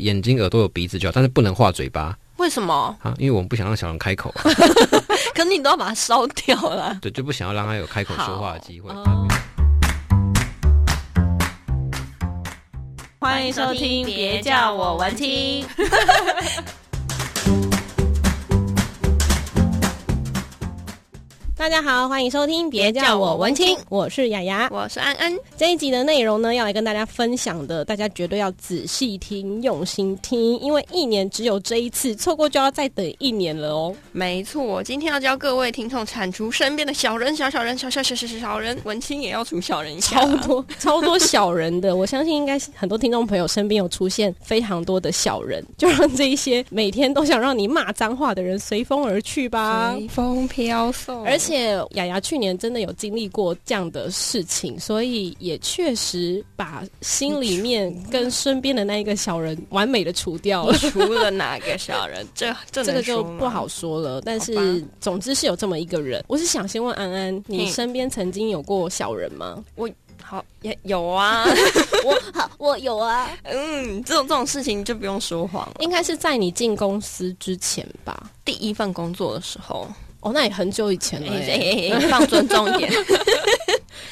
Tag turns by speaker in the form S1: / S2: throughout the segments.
S1: 眼睛、耳朵、有鼻子就好，但是不能画嘴巴
S2: 为什么？
S1: 啊，因为我们不想让小人开口啊，
S2: 可是你都要把它烧掉了。
S1: 对，就不想要让他有开口说话的机会。
S2: 哦
S3: 欢迎收听，别叫我文青。
S4: 大家好，欢迎收听，别叫我文青，我是雅雅。
S2: 我是安安，
S4: 这一集的内容呢，要来跟大家分享的，大家绝对要仔细听、用心听，因为一年只有这一次，错过就要再等一年了哦。
S2: 没错，今天要教各位听众铲除身边的小人、小小人、小小小小小小人，文青也要除小人一下
S4: 超。多 超多小人的，我相信应该是很多听众朋友身边有出现非常多的小人， 就让这一些每天都想让你骂脏话的人随风而去吧。
S2: 随风飘送，
S4: 而且雅雅去年真的有经历过这样的事情，所以也确实把心里面跟身边的那一个小人完美的除掉了。
S2: 除了哪个小人，这这
S4: 这
S2: 能
S4: 个就
S2: 说吗
S4: 不好。说了，但
S2: 好
S4: 是
S2: 吧
S4: 总之是有这么一个人。我是想先问安安，你
S2: 嗯
S4: 身边曾经有过小人吗？
S2: 好，也有啊，
S3: 我我有啊，
S2: 嗯，这种这种事情就不用说谎了。
S4: 应该是在你进公司之前吧？
S2: 第一份工作的时候，
S4: 哦，那也很久以前
S2: 哎
S4: 了耶，
S2: 哎哎，放尊重一点。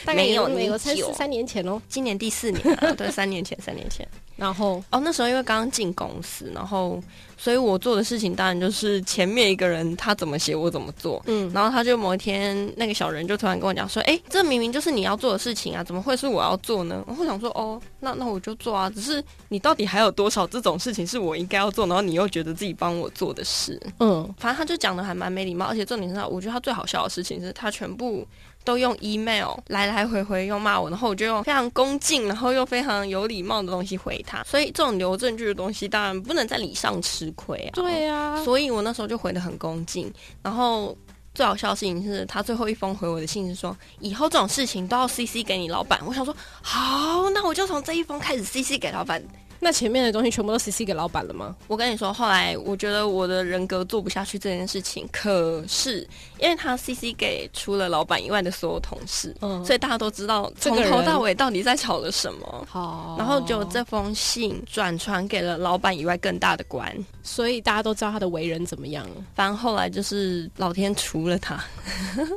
S4: 大概也
S2: 没有
S4: 没有
S2: 你
S4: 才
S2: 久
S4: 四三年前哦。
S2: 今年第四年了、对，三年前，三年前。
S4: 然后
S2: 哦，那时候因为刚刚进公司，然后所以我做的事情当然就是前面一个人他怎么写我怎么做。
S4: 嗯，
S2: 然后他就某一天，那个小人就突然跟我讲说：“哎，这明明就是你要做的事情啊，怎么会是我要做呢？”我会想说：“哦，那那我就做啊。只是你到底还有多少这种事情是我应该要做，然后你又觉得自己帮我做的事？
S4: 嗯，
S2: 反正他就讲的还蛮没礼貌，而且重点是他，我觉得他最好笑的事情是他全部都用 email 来来回回又骂我，然后我就用非常恭敬，然后又非常有礼貌的东西回他。所以这种留证据的东西，当然不能在礼上吃亏啊。
S4: 对啊，
S2: 所以我那时候就回的很恭敬，然后。最好笑的事情是他最后一封回我的信是说，以后这种事情都要 CC 给你老板。我想说，好，那我就从这一封开始 CC 给老板。
S4: 那前面的东西全部都 CC 给老板了吗？
S2: 我跟你说，后来我觉得我的人格做不下去这件事情，可是因为他 CC 给除了老板以外的所有同事，
S4: 嗯
S2: 所以大家都知道
S4: 这
S2: 从
S4: 个人
S2: 头到尾到底在吵了什么。
S4: 好
S2: 然后就这封信转传给了老板以外更大的官，
S4: 所以大家都知道他的为人怎 么样。
S2: 反正后来就是老天除了他。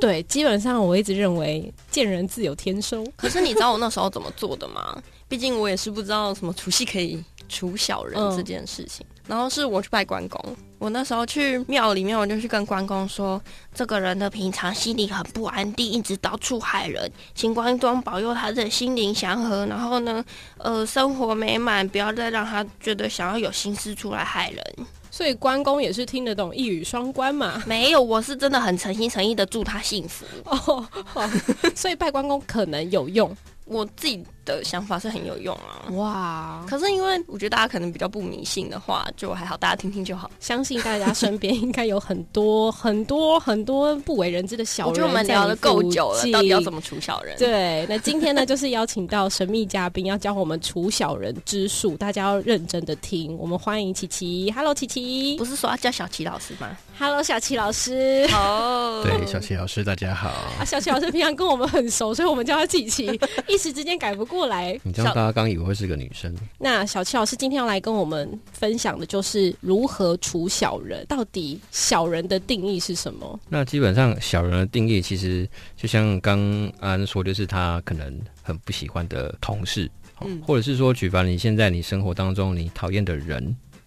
S4: 对，基本上我一直认为见人自有天收。
S2: 可是你知道我那时候怎么做的吗？毕竟我也是不知道什么除夕可以除小人
S4: 嗯
S2: 这件事情。然后是我去拜关公，我那时候去庙里面，我就去跟关公说，这个人的平常心里很不安定，一直到处害人，请关公保佑他的心灵祥和。然后呢，呃，生活美满，不要再让他觉得想要有心思出来害人。
S4: 所以关公也是听得懂一语双关嘛。
S2: 没有，我是真的很诚心诚意的祝他幸福。
S4: 哦，好 所以拜关公可能有用。
S2: 我自己的想法是很有用啊。
S4: 哇，
S2: 可是因为我觉得大家可能比较不迷信的话，就还好，大家听听就好。
S4: 相信大家身边应该有很多很多很多不为人知的小
S2: 我
S4: 人。
S2: 觉得我们聊了够久了，到底要怎？么除小人？
S4: 对，那今天呢，就是邀请到神秘嘉宾，要教我们除小人之术，大家要认真的听。我们欢迎琪琪，Hello，琪琪
S2: 不是说要叫小齐老师 吗？
S4: ，Hello，小琪老师。
S2: 哦
S1: 对，小齐老师，大家好。
S4: 啊，小琪老师平常跟我们很熟，所以我们叫他琪琪，一时之间改不过来。
S1: 你这样大家刚以为会是个女生，
S4: 那小七老师今天要来跟我们分享的就是如何除小人，到底小人的定义是什么？
S1: 那基本上小人的定义其实就像刚安说，就是他可能很不喜欢的同事，哦
S2: 嗯
S1: 或者是说举凡你现在你生活当中你讨厌的人，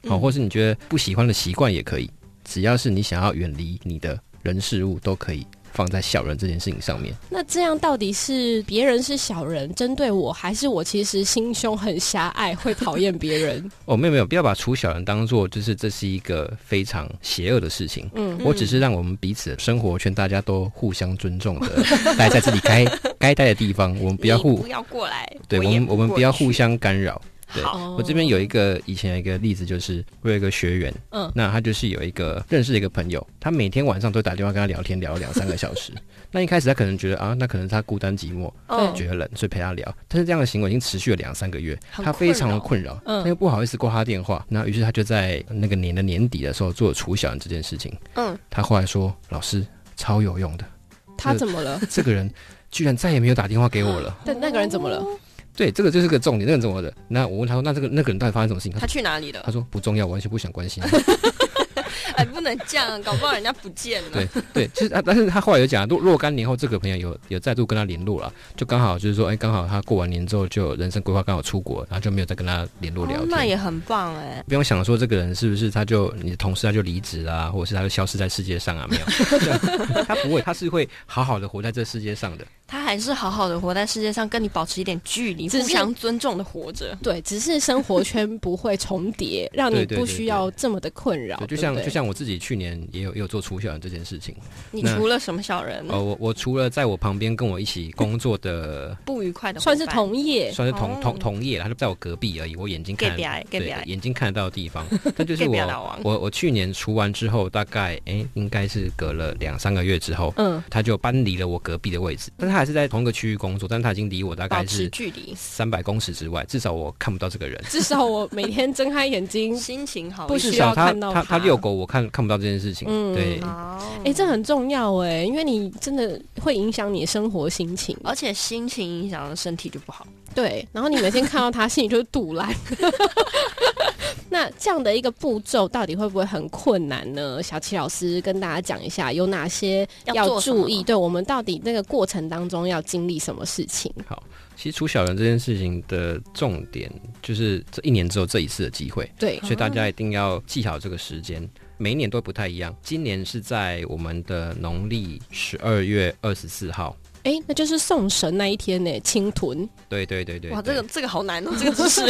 S1: 哦，
S2: 嗯
S1: 或是你觉得不喜欢的习惯也可以，只要是你想要远离你的人事物，都可以放在小人这件事情上面。
S4: 那这样到底是别人是小人针对我，还是我其实心胸很狭隘，会讨厌别人？
S1: 哦，没有没有，不要把除小人当做就是这是一个非常邪恶的事情。
S4: 嗯，
S1: 我只是让我们彼此的生活圈大家都互相尊重的待在自己该该待的地方，我们不要
S2: 你
S1: 互
S2: 不要过来，
S1: 对我
S2: 也
S1: 们我们不要互
S2: 过去。
S1: 相干扰。对
S2: 好，
S4: 哦
S1: 我这边有一个以前有一个例子，就是我有一个学员，
S4: 嗯
S1: 那他就是有一个认识的一个朋友，他每天晚上都打电话跟他聊天，聊了两三个小时。 那一开始他可能觉得啊，那可能是他孤单寂寞，
S2: 嗯
S1: 觉得冷，所以陪他聊。但是这样的行为已经持续了两三个月，
S2: 很
S1: 他非常的困扰，
S4: 嗯
S1: 他又不好意思挂他电话，那于是他就在那个年的年底的时候做了除小人这件事情。
S2: 嗯，
S1: 他后来说，老师超有用的，
S4: 他怎么了？
S1: 这个人居然再也没有打电话给我了。
S4: 但那个人怎么了？
S1: 对，这个就是个重点，这个很重要的。那我问他说，那这个那个人到底发生什么事情？他
S2: 他
S1: 说
S2: 去哪里了？
S1: 他说不重要，完全不想关心。
S2: 哎，不能这样，搞不好人家不见了。
S1: 对对，其实他但是他后来有讲，若若干年后，这个朋友有有再度跟他联络了，就刚好就是说，哎，刚好他过完年之后就有人生规划，刚好出国，然后就没有再跟他联络聊
S2: 哦
S1: 天。
S2: 那也很棒哎。
S1: 不用想说这个人是不是他就你的同事他就离职啦，或者是他就消失在世界上啊？ 没有，他不会，他是会好好的活在这世界上的。
S2: 他还是好好的活在世界上，跟你保持一点距离，
S4: 只
S2: 互
S4: 是
S2: 相尊重的活着。
S4: 对，只是生活圈不会重 叠，让你
S1: 对对
S4: 不
S1: 对
S4: 需
S1: 对
S4: 要这么的困扰。
S1: 对，就
S4: 对
S1: 像
S4: 不对
S1: 就像我自己去年也有也有做出小人这件事情。
S2: 你
S1: 那
S2: 除了什么小人？
S1: 呃，我我除了在我旁边跟我一起工作的
S2: 不愉快的伙
S4: 算
S2: 伴
S4: 是同业，
S1: 算是同
S2: 哦
S1: 同同业啦，他就在我隔壁而已，我眼睛
S2: 给
S1: 看
S2: 别爱给
S1: 对
S2: 别爱
S1: 眼睛看得到的地 方。但就是
S2: 给别
S1: 我
S2: 人老王
S1: 我我去年除完之后，大概诶、应该是隔了两三个月之后，
S4: 嗯，
S1: 他就搬离了我隔壁的位置，但他还是在同一个区域工作，但他已经离我大
S2: 保
S1: 概
S2: 持
S1: 是
S2: 距离，，
S1: 三百公尺之外，至少我看不到这个人。
S4: 至少我每天睁开眼睛
S2: 心情好
S4: 不
S2: 一
S4: 需
S1: 至
S2: 点。
S4: 要
S1: 少他
S4: 看到
S1: 他他
S4: 他
S1: 遛狗，我看看不到这件事情。
S4: 嗯
S1: 对，
S2: 哦
S4: 哎、这很重要哎、因为你真的会影响你生活心情。
S2: 而且心情影响了身体就不好。
S4: 对，然后你每天看 到他，心里就是堵烂。 那这样的一个步骤到底会不会很困难呢？小齐老师跟大家讲一下，有哪些
S2: 要
S4: 要
S2: 做什么
S4: 注意？对我们到底那个过程当中要经历什么事情？
S1: 其实除小人这件事情的重点就是这一年只有这一次的机会，
S4: 对，
S1: 所以大家一定要记好这个时间。每一年都不太一样，今年是在我们的农历十二月二十四号。
S4: 哎、那就是送神那一天呢、清屯
S1: 对对对对，
S2: 哇，这
S1: 对
S2: 个这个好难哦，这个知识。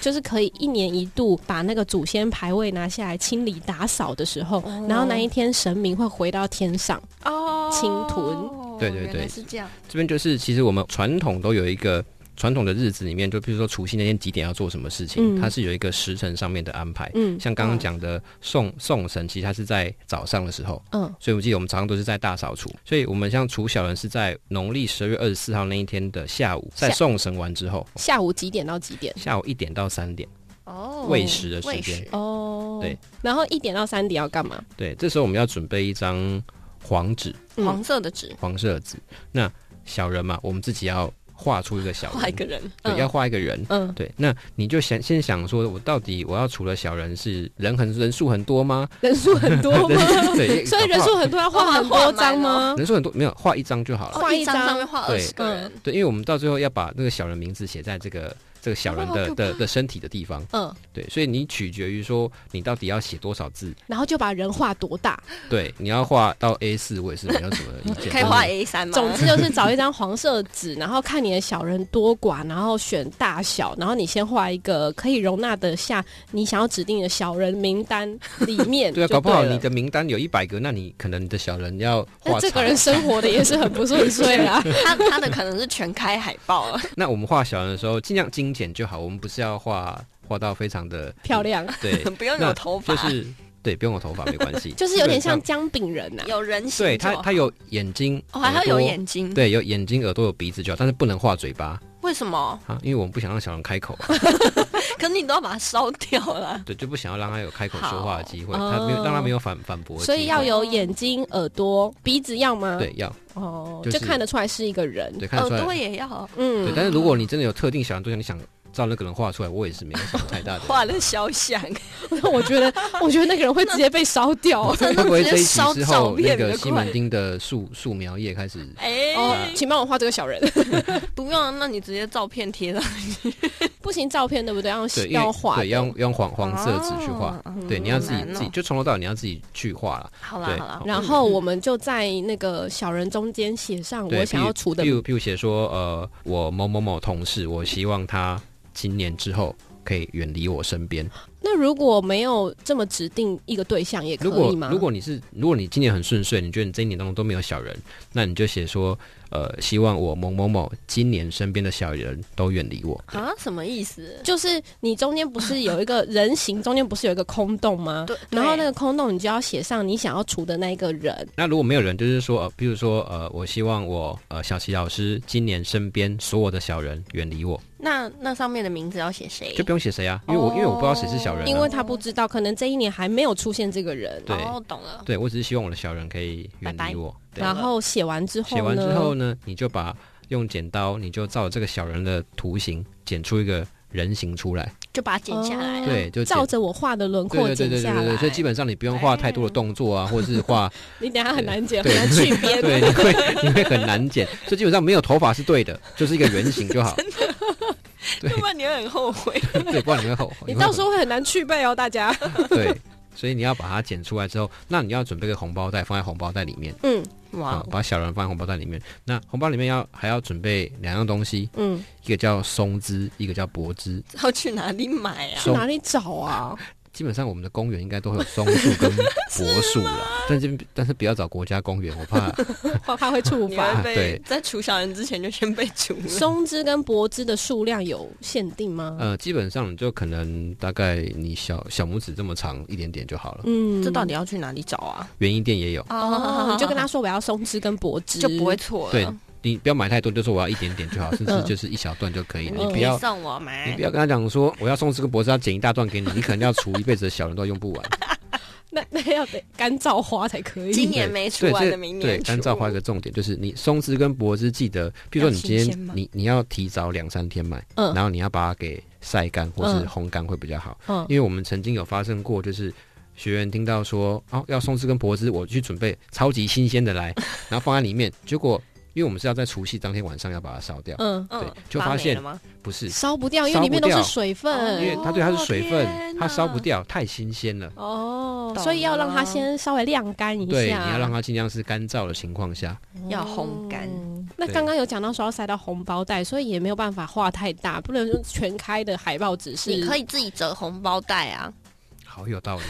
S4: 就是可以一年一度把那个祖先牌位拿下来清理打扫的时候，
S2: 哦
S4: 然后那一天神明会回到天上。
S2: 哦
S4: 青豚
S1: 对对对
S2: 原来是这样。
S1: 这边就是其实我们传统都有一个传统的日子里面，就比如说除夕那天几点要做什么事情，
S4: 嗯
S1: 它是有一个时辰上面的安排。
S4: 嗯
S1: 像刚刚讲的送送神，其实它是在早上的时候，
S4: 嗯，
S1: 所以我记得我们早上都是在大扫除，所以我们像除小人是在农历十二月二十四号那一天的下午，在
S4: 下
S1: 送神完之后，
S4: 下午几点到几点？
S1: 下午一点到三点
S2: 哦
S1: 喂食的时
S2: 喂
S1: 间
S2: 食，
S4: 哦，
S1: 对，
S4: 然后一点到三点要干嘛？
S1: 对，这时候我们要准备一张黄纸，
S4: 嗯
S2: 黄色的纸，
S1: 黄色的纸。那小人嘛，我们自己要画出一个小人，
S2: 画一个人，
S1: 对，
S4: 嗯
S1: 要画一个人，
S4: 嗯，
S1: 对，那你就想先想说，我到底我要除了小人是人很人数很多吗？
S4: 人数很多吗？
S1: 对，
S4: 所以人数很多要画很多张吗？
S1: 人数很多没有画一张就好了。
S4: 画一
S2: 一张
S4: 张
S2: 上面画二
S1: 对
S2: 十个
S4: 嗯
S2: 人，
S1: 对，因为我们到最后要把那个小人名字写在这个这个小人
S2: 哇好
S1: 的
S2: 可
S1: 的
S2: 怕
S1: 的身体的地方。
S4: 嗯，
S1: 对，所以你取决于说你到底要写多少字。
S4: 然后就把人画多 大，
S1: 对，你要画到 A 四，我也是没有什么意 见。
S2: 可以画
S1: 就是
S2: A 三吗？
S4: 总之就是找一张黄色纸，然后看你的小人多寡，然后选大小，然后你先画一个可以容纳得下你想要指定的小人名单里面
S1: 对
S4: 就了。
S1: 啊，搞不好你的名单有一百个，那你可能你的小人要
S4: 那
S1: 画
S4: 这个
S1: 长
S4: 人生活的也是很不顺遂啊 啦。
S2: 他他的可能是全开海报啊了，
S1: 那我们画小人的时候，尽量精简就好。我们不是要画画到非常的
S4: 漂，亮，
S1: 对，
S2: 不用有头发，
S1: 就是对，不用我头发没关 系，
S4: 就是有点
S1: 基本
S4: 像
S1: 上。
S4: 姜饼人啊呐、
S2: 有人形
S1: 对
S2: 就好。
S1: 他，他有眼睛，
S2: 哦，还要
S1: 耳朵
S2: 有，眼睛，
S1: 对，有眼睛、耳朵、有鼻子就好，但是不能画嘴巴
S2: 为什么？
S1: 啊，因为我们不想让小人开口啊，
S2: 可是你都要把它烧掉了。
S1: 对，就不想要让他有开口说话的机会，
S4: 好
S1: 他没有
S4: 哦
S1: 让他没有反反驳的机会，
S4: 所以要有眼睛、耳朵、鼻子要吗？，
S1: 对要
S4: 哦，
S1: 就是
S4: 就看得出来是一个人。
S1: 对看
S2: 耳
S1: 得出
S2: 朵
S1: 来，
S2: 也哦要
S1: 对，
S4: 嗯，
S1: 但是如果你真的有特定小人对象，你想照那个人画出来，我也是没有什么太 大的
S2: 画的肖像，
S4: 那 我觉得，我觉得那个人会直接被烧掉。
S1: 会不会这一集
S2: 烧
S1: 之
S2: 照
S1: 后，那
S2: 片比
S1: 个
S2: 较
S1: 西
S2: 快
S1: 门町的素素描业开始
S2: 哎、
S4: 哦，请帮我画这个 小人，
S2: 不用啊，那你直接照片贴了。
S4: 不行，照片对不对？要
S1: 对，因为
S4: 要画的，
S1: 对，要用用黄黄色纸去画，对，你要自己
S2: 好难哦
S1: 自己就从头到尾你要自己去画了。
S2: 好啦
S1: 对
S2: 好啦，
S4: 然后我们就在那个小人中间写上
S1: 对
S4: 我想要除的
S1: 譬。如譬如写说，呃，我某某某同事，我希望他今年之后可以远离我身边。
S4: 那如果没有这么指定一个对象，也可
S1: 如果
S4: 以吗？
S1: 如果你是如果你今年很顺遂，你觉得你这一年当中都没有小人，那你就写说，呃，希望我某某某今年身边的小人都远离我。
S2: 啊，什么意思？
S4: 就是你中间不是有一个人形，中间不是有一个空洞吗？
S2: 对，
S4: 然后
S2: 对
S4: 那个空洞，你就要写上你想要除的那一个人。
S1: 那如果没有人，就是说，呃，比如说，呃，我希望我呃小齐老师今年身边所有的小人远离我，
S2: 那那上面的名字要写谁？
S1: 就不用写谁啊，因为我、因为我不知道谁是小人、啊，
S4: 哦因为他不知道，可能这一年还没有出现这个人。
S1: 对
S2: 哦，懂了。
S1: 对我只是希望我的小人可以远
S2: 拜拜
S1: 离我。对
S4: 然后写完之后呢？
S1: 写完之后呢，你就把用剪刀，你就照这个小人的图形剪出一个人形出来。
S2: 就把它剪下来了。
S1: 对，就剪
S4: 哦照着我画的轮
S1: 对
S4: 廓
S1: 对对
S4: 剪
S1: 对
S4: 下
S1: 对对，
S4: 来。哎
S1: 所以基本上你不用画太多的动作啊，或者是画
S4: 你等一下很难剪，很
S1: 对
S4: 难去边。
S1: 对，你会你会很难剪，所以基本上没有头发是对的，就是一个圆形就 好。 对
S2: 要不然你会很后悔。
S1: 对，不然你会后悔。
S4: 你
S1: 会
S4: 到
S1: 很
S4: 时候会很难去背哦，大家。
S1: 对，所以你要把它剪出来之后，那你要准备个红包袋放在红包袋里面
S4: 嗯
S1: 啊、
S2: 哇，
S1: 把小人放在红包袋里面。那红包里面要还要准备两样东西，
S4: 嗯，
S1: 一个叫松枝，一个叫柏枝。
S2: 要去哪里买啊？
S4: 去哪里找啊？
S1: 基本上我们的公园应该都会有松树跟柏树啦， 但这边但是不要找国家公园，我怕
S4: 怕怕会触
S2: 你
S4: 发。
S2: 会
S1: 啊
S2: 被
S1: 对
S2: 在除小人之前就先被除 了。
S4: 松枝跟柏枝的数量有限定吗？
S1: 呃，基本上你就可能大概你小小拇指这么长一点点就好了。
S4: 嗯
S2: 这到底要去哪里找啊？
S1: 园艺店也有，
S4: 哦，你就跟他说我要松枝跟柏枝，
S2: 就不会错了。
S1: 对你不要买太多，就说我要一点点就好，甚至
S4: 嗯
S1: 就是一小段就可以了。
S4: 嗯
S1: 你不要
S2: 送我
S1: 你
S2: 们
S1: 不要跟他讲说我要送这个博士，要剪一大段给你，你可能要除一辈子的小人都用不 完。
S4: 那那要得干燥花才可
S2: 今
S4: 以。
S2: 年
S1: 对
S2: 没出
S1: 对
S2: 完
S1: 这
S2: 的明
S1: 对
S2: 年
S1: 干
S2: 出
S1: 燥花一个重点就是你松枝跟柏枝，记得，比如说
S2: 要
S1: 你
S2: 新
S1: 今
S2: 鲜吗
S1: 天你你要提早两三天买，
S4: 嗯
S1: 然后你要把它给晒干或是
S4: 嗯
S1: 烘干会比较好，
S4: 嗯
S1: 因为我们曾经有发生过就是。学员听到说哦，要松枝跟柏枝，我去准备超级新鲜的来，然后放在里面。结果，因为我们是要在除夕当天晚上要把它烧掉，
S4: 嗯，
S2: 嗯
S1: 对，就
S2: 发
S1: 发
S2: 霉
S1: 现
S2: 了吗？
S1: 不是，
S4: 烧不掉，因哦
S1: 烧
S4: 为
S1: 不
S4: 里面都是
S1: 掉
S4: 水
S1: 因为
S4: 分。
S1: 它对它是水分，
S2: 天
S1: 它烧不
S2: 哪
S1: 掉，太新鲜了。
S4: 哦，
S2: 懂
S4: 所以要让它
S2: 了
S4: 先稍微晾干一下。
S1: 对，你要让它尽量是干燥的情况下，
S2: 要烘干
S4: 嗯那
S1: 对
S4: 刚刚有讲到说要塞到红包袋，所以也没有办法画太大，不能用全开的海报纸是。
S2: 你可以自己折红包袋啊，
S1: 好有道理。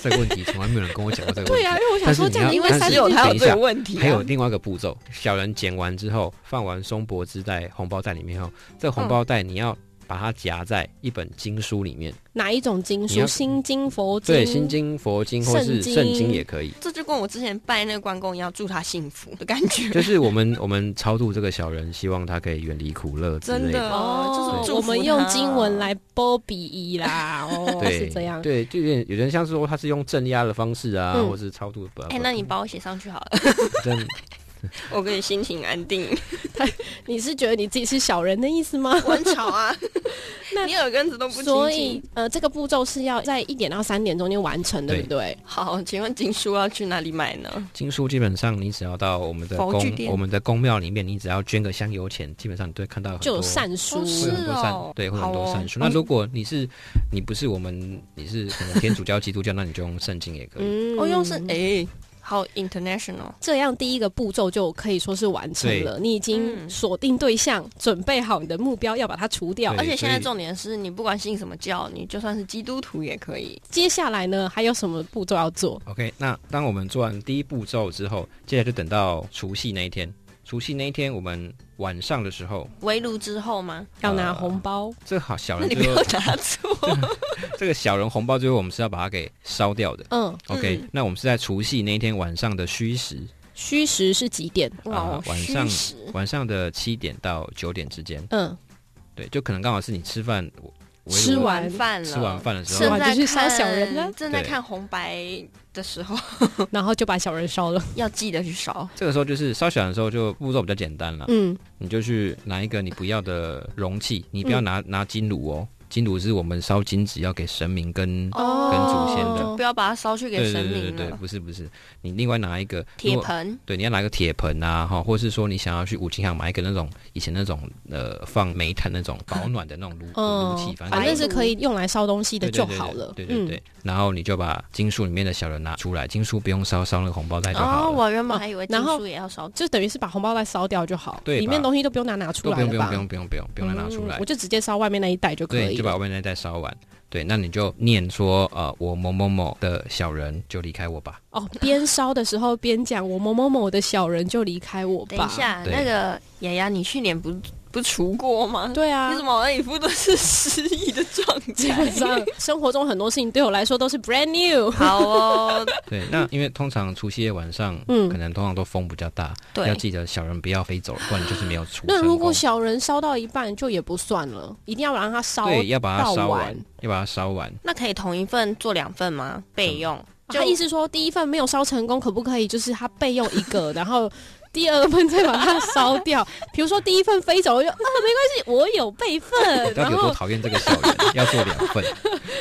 S1: 这个问题从来没有人跟我讲过这个问
S4: 对
S1: 题。
S4: 啊，因为我想说这样，
S1: 但是你
S4: 因
S1: 要
S4: 为塞
S1: 但是
S4: 进去
S1: 它等一下
S2: 问题啊
S1: 还有另外一个步骤，小人剪完之后，放完松柏枝在红包袋里面后，这个红包袋你要把它夹在一本经书里面，
S4: 哪一种经
S1: 你
S4: 书？
S1: 要
S4: 心经、佛经。
S1: 对，心。经、佛经或是
S4: 圣经
S1: 圣经也可以。
S2: 这就跟我之前拜那个关公一样，祝他幸福的感觉。
S1: 就是我们我们超度这个小人，希望他可以远离苦乐之
S2: 真
S1: 类
S2: 的
S1: 的。
S4: 哦，
S2: 就是祝福
S4: 我们用
S2: 他
S4: 经文来波比一 啦，哦，是
S1: 对，
S4: 这样。
S1: 对，就有点有点像是说他是用镇压的方式啊，
S4: 嗯
S1: 或是超度的。
S2: 哎、那你帮我写上去好了，
S1: 真
S2: 我给你心情安定。
S4: 你是觉得你自己是小人的意思吗？
S2: 我很吵 啊，
S4: 那
S2: 你耳根子都不清
S4: 所
S2: 净
S4: 以，呃，这个步骤是要在一点到三点中间完成，对不对？
S2: 好，请问经书要去哪里买呢？
S1: 经书基本上，你只要到我们的
S2: 佛具
S1: 宫
S2: 店
S1: 我们的宫庙里面，你只要捐个香油钱，基本上你都会看到很
S4: 就有
S1: 多
S4: 善书
S2: 哦，
S1: 会有很多
S2: 是
S1: 善、
S2: 哦
S1: 对，会有很多
S2: 好哦
S1: 善书。那如果你是你不是我们，你是可能天主教、基督教，那你就用圣经也可以。
S4: 嗯
S2: 哦，用是哎、好 international，
S4: 这样第一个步骤就可以说是完成了，你已经
S2: 嗯
S4: 锁定对象，准备好你的目标，要把它除掉
S1: 对。
S2: 而且现在
S1: 所以
S2: 重点是你不管信什么教，你就算是基督徒也可以。
S4: 接下来呢，还有什么步骤要做？
S1: OK，那当我们做完第一步骤之后，接下来就等到除夕那一天。除夕那一天，我们晚上的时候，
S2: 围炉之后吗？
S4: 要拿
S1: 呃
S4: 红包，
S1: 这好小
S2: 那
S1: 人
S2: 你
S1: 最
S2: 不要
S1: 后，
S2: 拿错，
S1: 这个小人红包最后我们是要把它给烧掉的。
S4: 嗯，
S1: OK，、那我们是在除夕那一天晚上的虚时，
S4: 虚实是几点？
S2: 哇，
S1: 晚
S2: 虚
S1: 上
S2: 实
S1: 晚上的七点到九点之间。
S4: 嗯，
S1: 对，就可能刚好是你吃饭，我我
S4: 吃
S1: 我
S4: 完
S2: 饭了，
S1: 吃完饭的时
S4: 吃
S1: 候
S4: 完，
S2: 正在
S4: 就去杀小人了
S2: 看正在
S1: 对
S2: 看红白的时候，
S4: 嗯然后就把小人烧了。
S2: 要记得去烧。
S1: 这个时候就是烧小人的时候，就步骤比较简单了。
S4: 嗯，
S1: 你就去拿一个你不要的容器，你不
S4: 嗯
S1: 要拿、拿金炉哦，金炉是我们烧金纸要给神明跟。
S2: 哦
S1: 跟祖先的
S2: 就不要把它烧去给
S1: 对对
S2: 神
S1: 对对
S2: 明
S1: 对，
S2: 了。
S1: 不是不是，你另外拿一个
S2: 铁，
S1: 如果
S2: 盆
S1: 对，你要拿一个铁盆啊，哈，或是说你想要去五金行买一个那种以前那种呃放煤炭那种保暖的那 种炉炉
S4: 嗯
S1: 器，，反正
S4: 反正是可以用来烧东西的
S1: 对
S4: 就
S1: 对对
S4: 好了。
S1: 对对对
S4: 嗯，
S1: 然后你就把金属里面的小人拿出来，金属不用烧，烧那个红包袋就
S2: 哦，
S1: 好了。
S2: 我原本还以为金
S4: 然后
S2: 属也要烧。
S4: 就等于是把红包袋烧掉就好，
S1: 对吧
S4: 里面东西都不用拿拿出
S1: 都
S4: 来
S1: 不
S4: 了
S1: 用
S4: 吧？
S1: 不用不用不用不用不用再拿出来
S4: 嗯我，就直接烧外面那一袋就可
S1: 对，
S4: 以
S1: 你就把
S4: 了。
S1: 外面那袋烧完。对，那你就念说，呃，我某某某的小人就离开我吧。
S4: 哦，边烧的时候边讲，我某某某的小人就离开我吧。
S2: 等一，下，
S1: 对
S2: 那个雅雅，你去年不不除过吗？
S4: 对啊，
S2: 你怎么一副都是失忆的状
S4: 基本
S2: 态？
S4: 上生活中很多事情对我来说都是 brand new。
S2: 好哦，
S1: 对，那因为通常除夕夜晚上，
S4: 嗯
S1: 可能通常都风比较大，要
S2: 对，
S1: 记得小人不要飞走，不然就是没有除。
S4: 那如果小人烧到一半就也不算了，一定要让它烧。
S1: 对，要把它
S4: 到
S1: 烧
S4: 完
S1: 完，要把它烧完。
S2: 那可以同一份做两份吗？备用。
S4: 哦 他意思说，第一份没有烧成功，可不可以就是他备用一个，然后第二份再把它烧掉。比如说第一份飞走了，我就啊没关系，我有 备份，
S1: 到底有
S4: 然
S1: 多
S4: 后
S1: 讨厌这个小人？要做两份，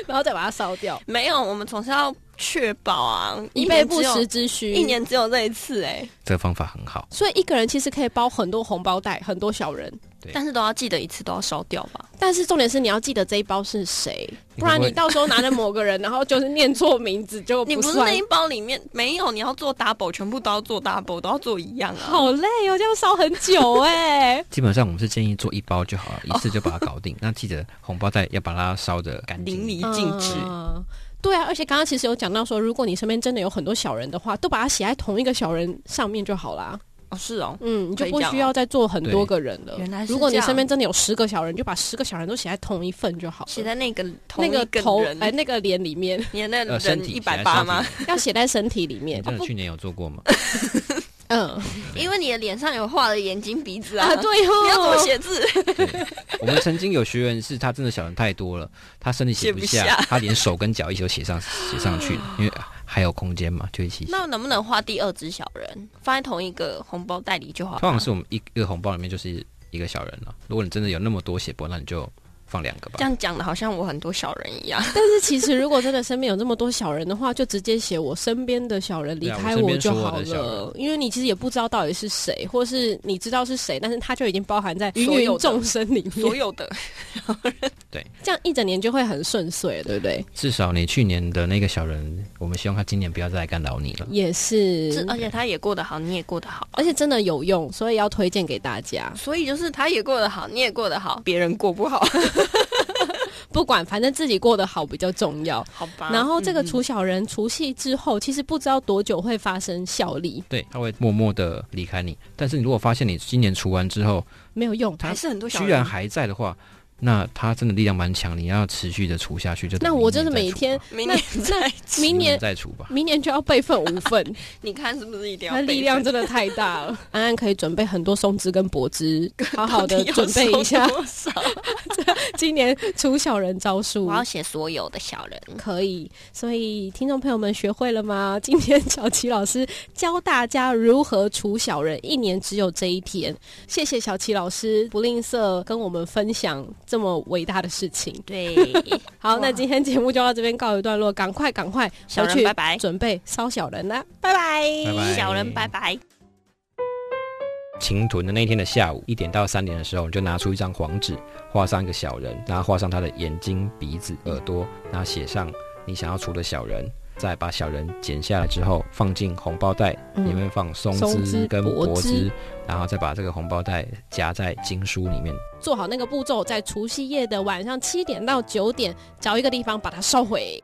S4: 然后再把它烧掉，
S2: 没有，我们总是要确保啊，
S4: 以
S2: 一
S4: 备
S2: 年
S4: 不
S2: 只有
S4: 时之需。
S2: 一，年只有这一次哎、
S1: 这个方法很好。
S4: 所以一个人其实可以包很多红包袋，很多小人。
S1: 对
S2: 但是都要记得一次都要烧掉吧。
S4: 但是重点是你要记得这一包是谁，
S1: 你
S4: 不然
S1: 会
S4: 你
S1: 不会
S4: 到时候拿着某个人，然后就是念错名字，结果
S2: 你不是
S4: 算
S2: 那一包里面没有，你要做 double，全部都要做 double，都要做一样啊。
S4: 好累哦，这样烧很 久哎、
S1: 基本上我们是建议做一包就好了，一次就把它搞定。那记得红包袋要把它烧的干净
S2: 淋
S1: 一点。
S2: 漓尽致，
S4: 嗯对啊，而且刚刚其实有讲到说，如果你身边真的有很多小人的话，都把它写在同一个小人上面就好啦。
S2: 哦，是哦，
S4: 嗯，你就
S2: 可以
S4: 不
S2: 这样
S4: 需
S2: 哦
S4: 要再做很多个人了。
S2: 原来是
S4: 如果
S2: 这
S4: 你
S2: 样
S4: 身边真的有十个小人，你就把十个小人都写在同一份就好了。
S2: 写在那个同
S4: 那
S2: 一
S4: 个
S2: 个
S4: 头
S2: 人，
S4: 哎，那个脸里面
S2: 你的那个
S1: 呃，身
S2: 人
S1: 体
S2: 一百八吗？？
S4: 要写在身体里
S1: 你
S4: 面。
S1: 真的
S4: 哦
S1: 去年有做过吗？
S4: 不嗯
S1: 对
S2: 因为你的脸上有画了眼睛、鼻子啊，
S4: 啊，对哦，
S2: 你要怎么？写字？
S1: 我们曾经有学员是他真的小人太多了，他身体写不
S2: 写不
S1: 下
S2: 下，
S1: 他连手跟脚一起都写上写上去，因为还有空间嘛，就一起写。
S2: 那能不能画第二只小人，放在同一个红包袋里就好了？
S1: 通常是我们一一个红包里面就是一个小人了。如果你真的有那么多写不完，那你就放两个吧。
S2: 这样讲的，好像我很多小人一样。
S4: 但是其实如果真的身边有这么多小人的话，就直接写我身边的小人离
S1: 对啊
S4: 开
S1: 我身边
S4: 就
S1: 所有
S4: 好
S1: 的小
S4: 了，因为你其实也不知道到底是谁，或是你知道是谁，但是他就已经包含在芸
S2: 所有
S4: 芸
S2: 的
S4: 众生里面
S2: 所。有的，
S4: 这样一整年就会很顺遂，对不对？
S1: 至少你去年的那个小人，我们希望他今年不要再来干扰你了。
S4: 也是
S2: 是，而且他也过得好，你也过得好，
S4: 而且真的有用，所以要推荐给大家。
S2: 所以就是他也过得好，你也过得好，别人过 不好，
S4: 不管，反正自己过得好比较重要。
S2: 好
S1: 啊
S2: 吧？
S4: 然后这个
S2: 嗯
S4: 除小人除夕之后，其实不知道多久会发生效力，
S1: 对，他会默默的离开你。但是你如果发现你今年除完之后，
S4: 没有用。
S2: 还是很多小
S1: 居
S2: 人，
S1: 然还在的话，那他真的力量蛮强，你要持续的除下去。就等
S4: 那我真的
S1: 明年
S4: 每
S1: 再除
S4: 天
S1: 吧，
S2: 明年再吃。
S4: 明年
S1: 再除吧。
S4: 明年就要备份五份，
S2: 你看是不是一定要
S4: 那
S2: 备
S4: 力量
S2: 份
S4: 真的太大了。 安安可以准备很多松枝跟柏 枝，好好的
S2: 到底要
S4: 准备一下
S2: 收多少
S4: 今年除小人招数
S2: 我。要写所有的小人，
S4: 可以，所以听众朋友们学会了吗？今天小齐老师教大家如何除小人，一年只有这一天。谢谢小齐老师不吝啬跟我们分享这么伟大的事情。
S2: 对，
S4: 好，那
S2: 哇
S4: 今天节目就到这边告一段落，赶快赶快
S2: 小
S4: 回
S2: 人
S4: 去
S2: 拜拜，
S4: 准备烧小人啦、拜拜。
S1: 拜拜
S2: 小人拜拜。
S1: 晴屯的那天的下午一点到三点的时候，你就拿出一张黄纸，画上一个小人，然后画上他的眼睛、鼻子、耳朵，然后写上你想要除的小人，再把小人剪下来之后放进红包袋，
S4: 嗯
S1: 里面放松
S4: 松枝
S1: 枝跟
S4: 柏
S1: 柏
S4: 枝
S1: 枝，然后再把这个红包袋夹在经书里面。
S4: 做好那个步骤，在除夕夜的晚上七点到九点，找一个地方把它烧毁。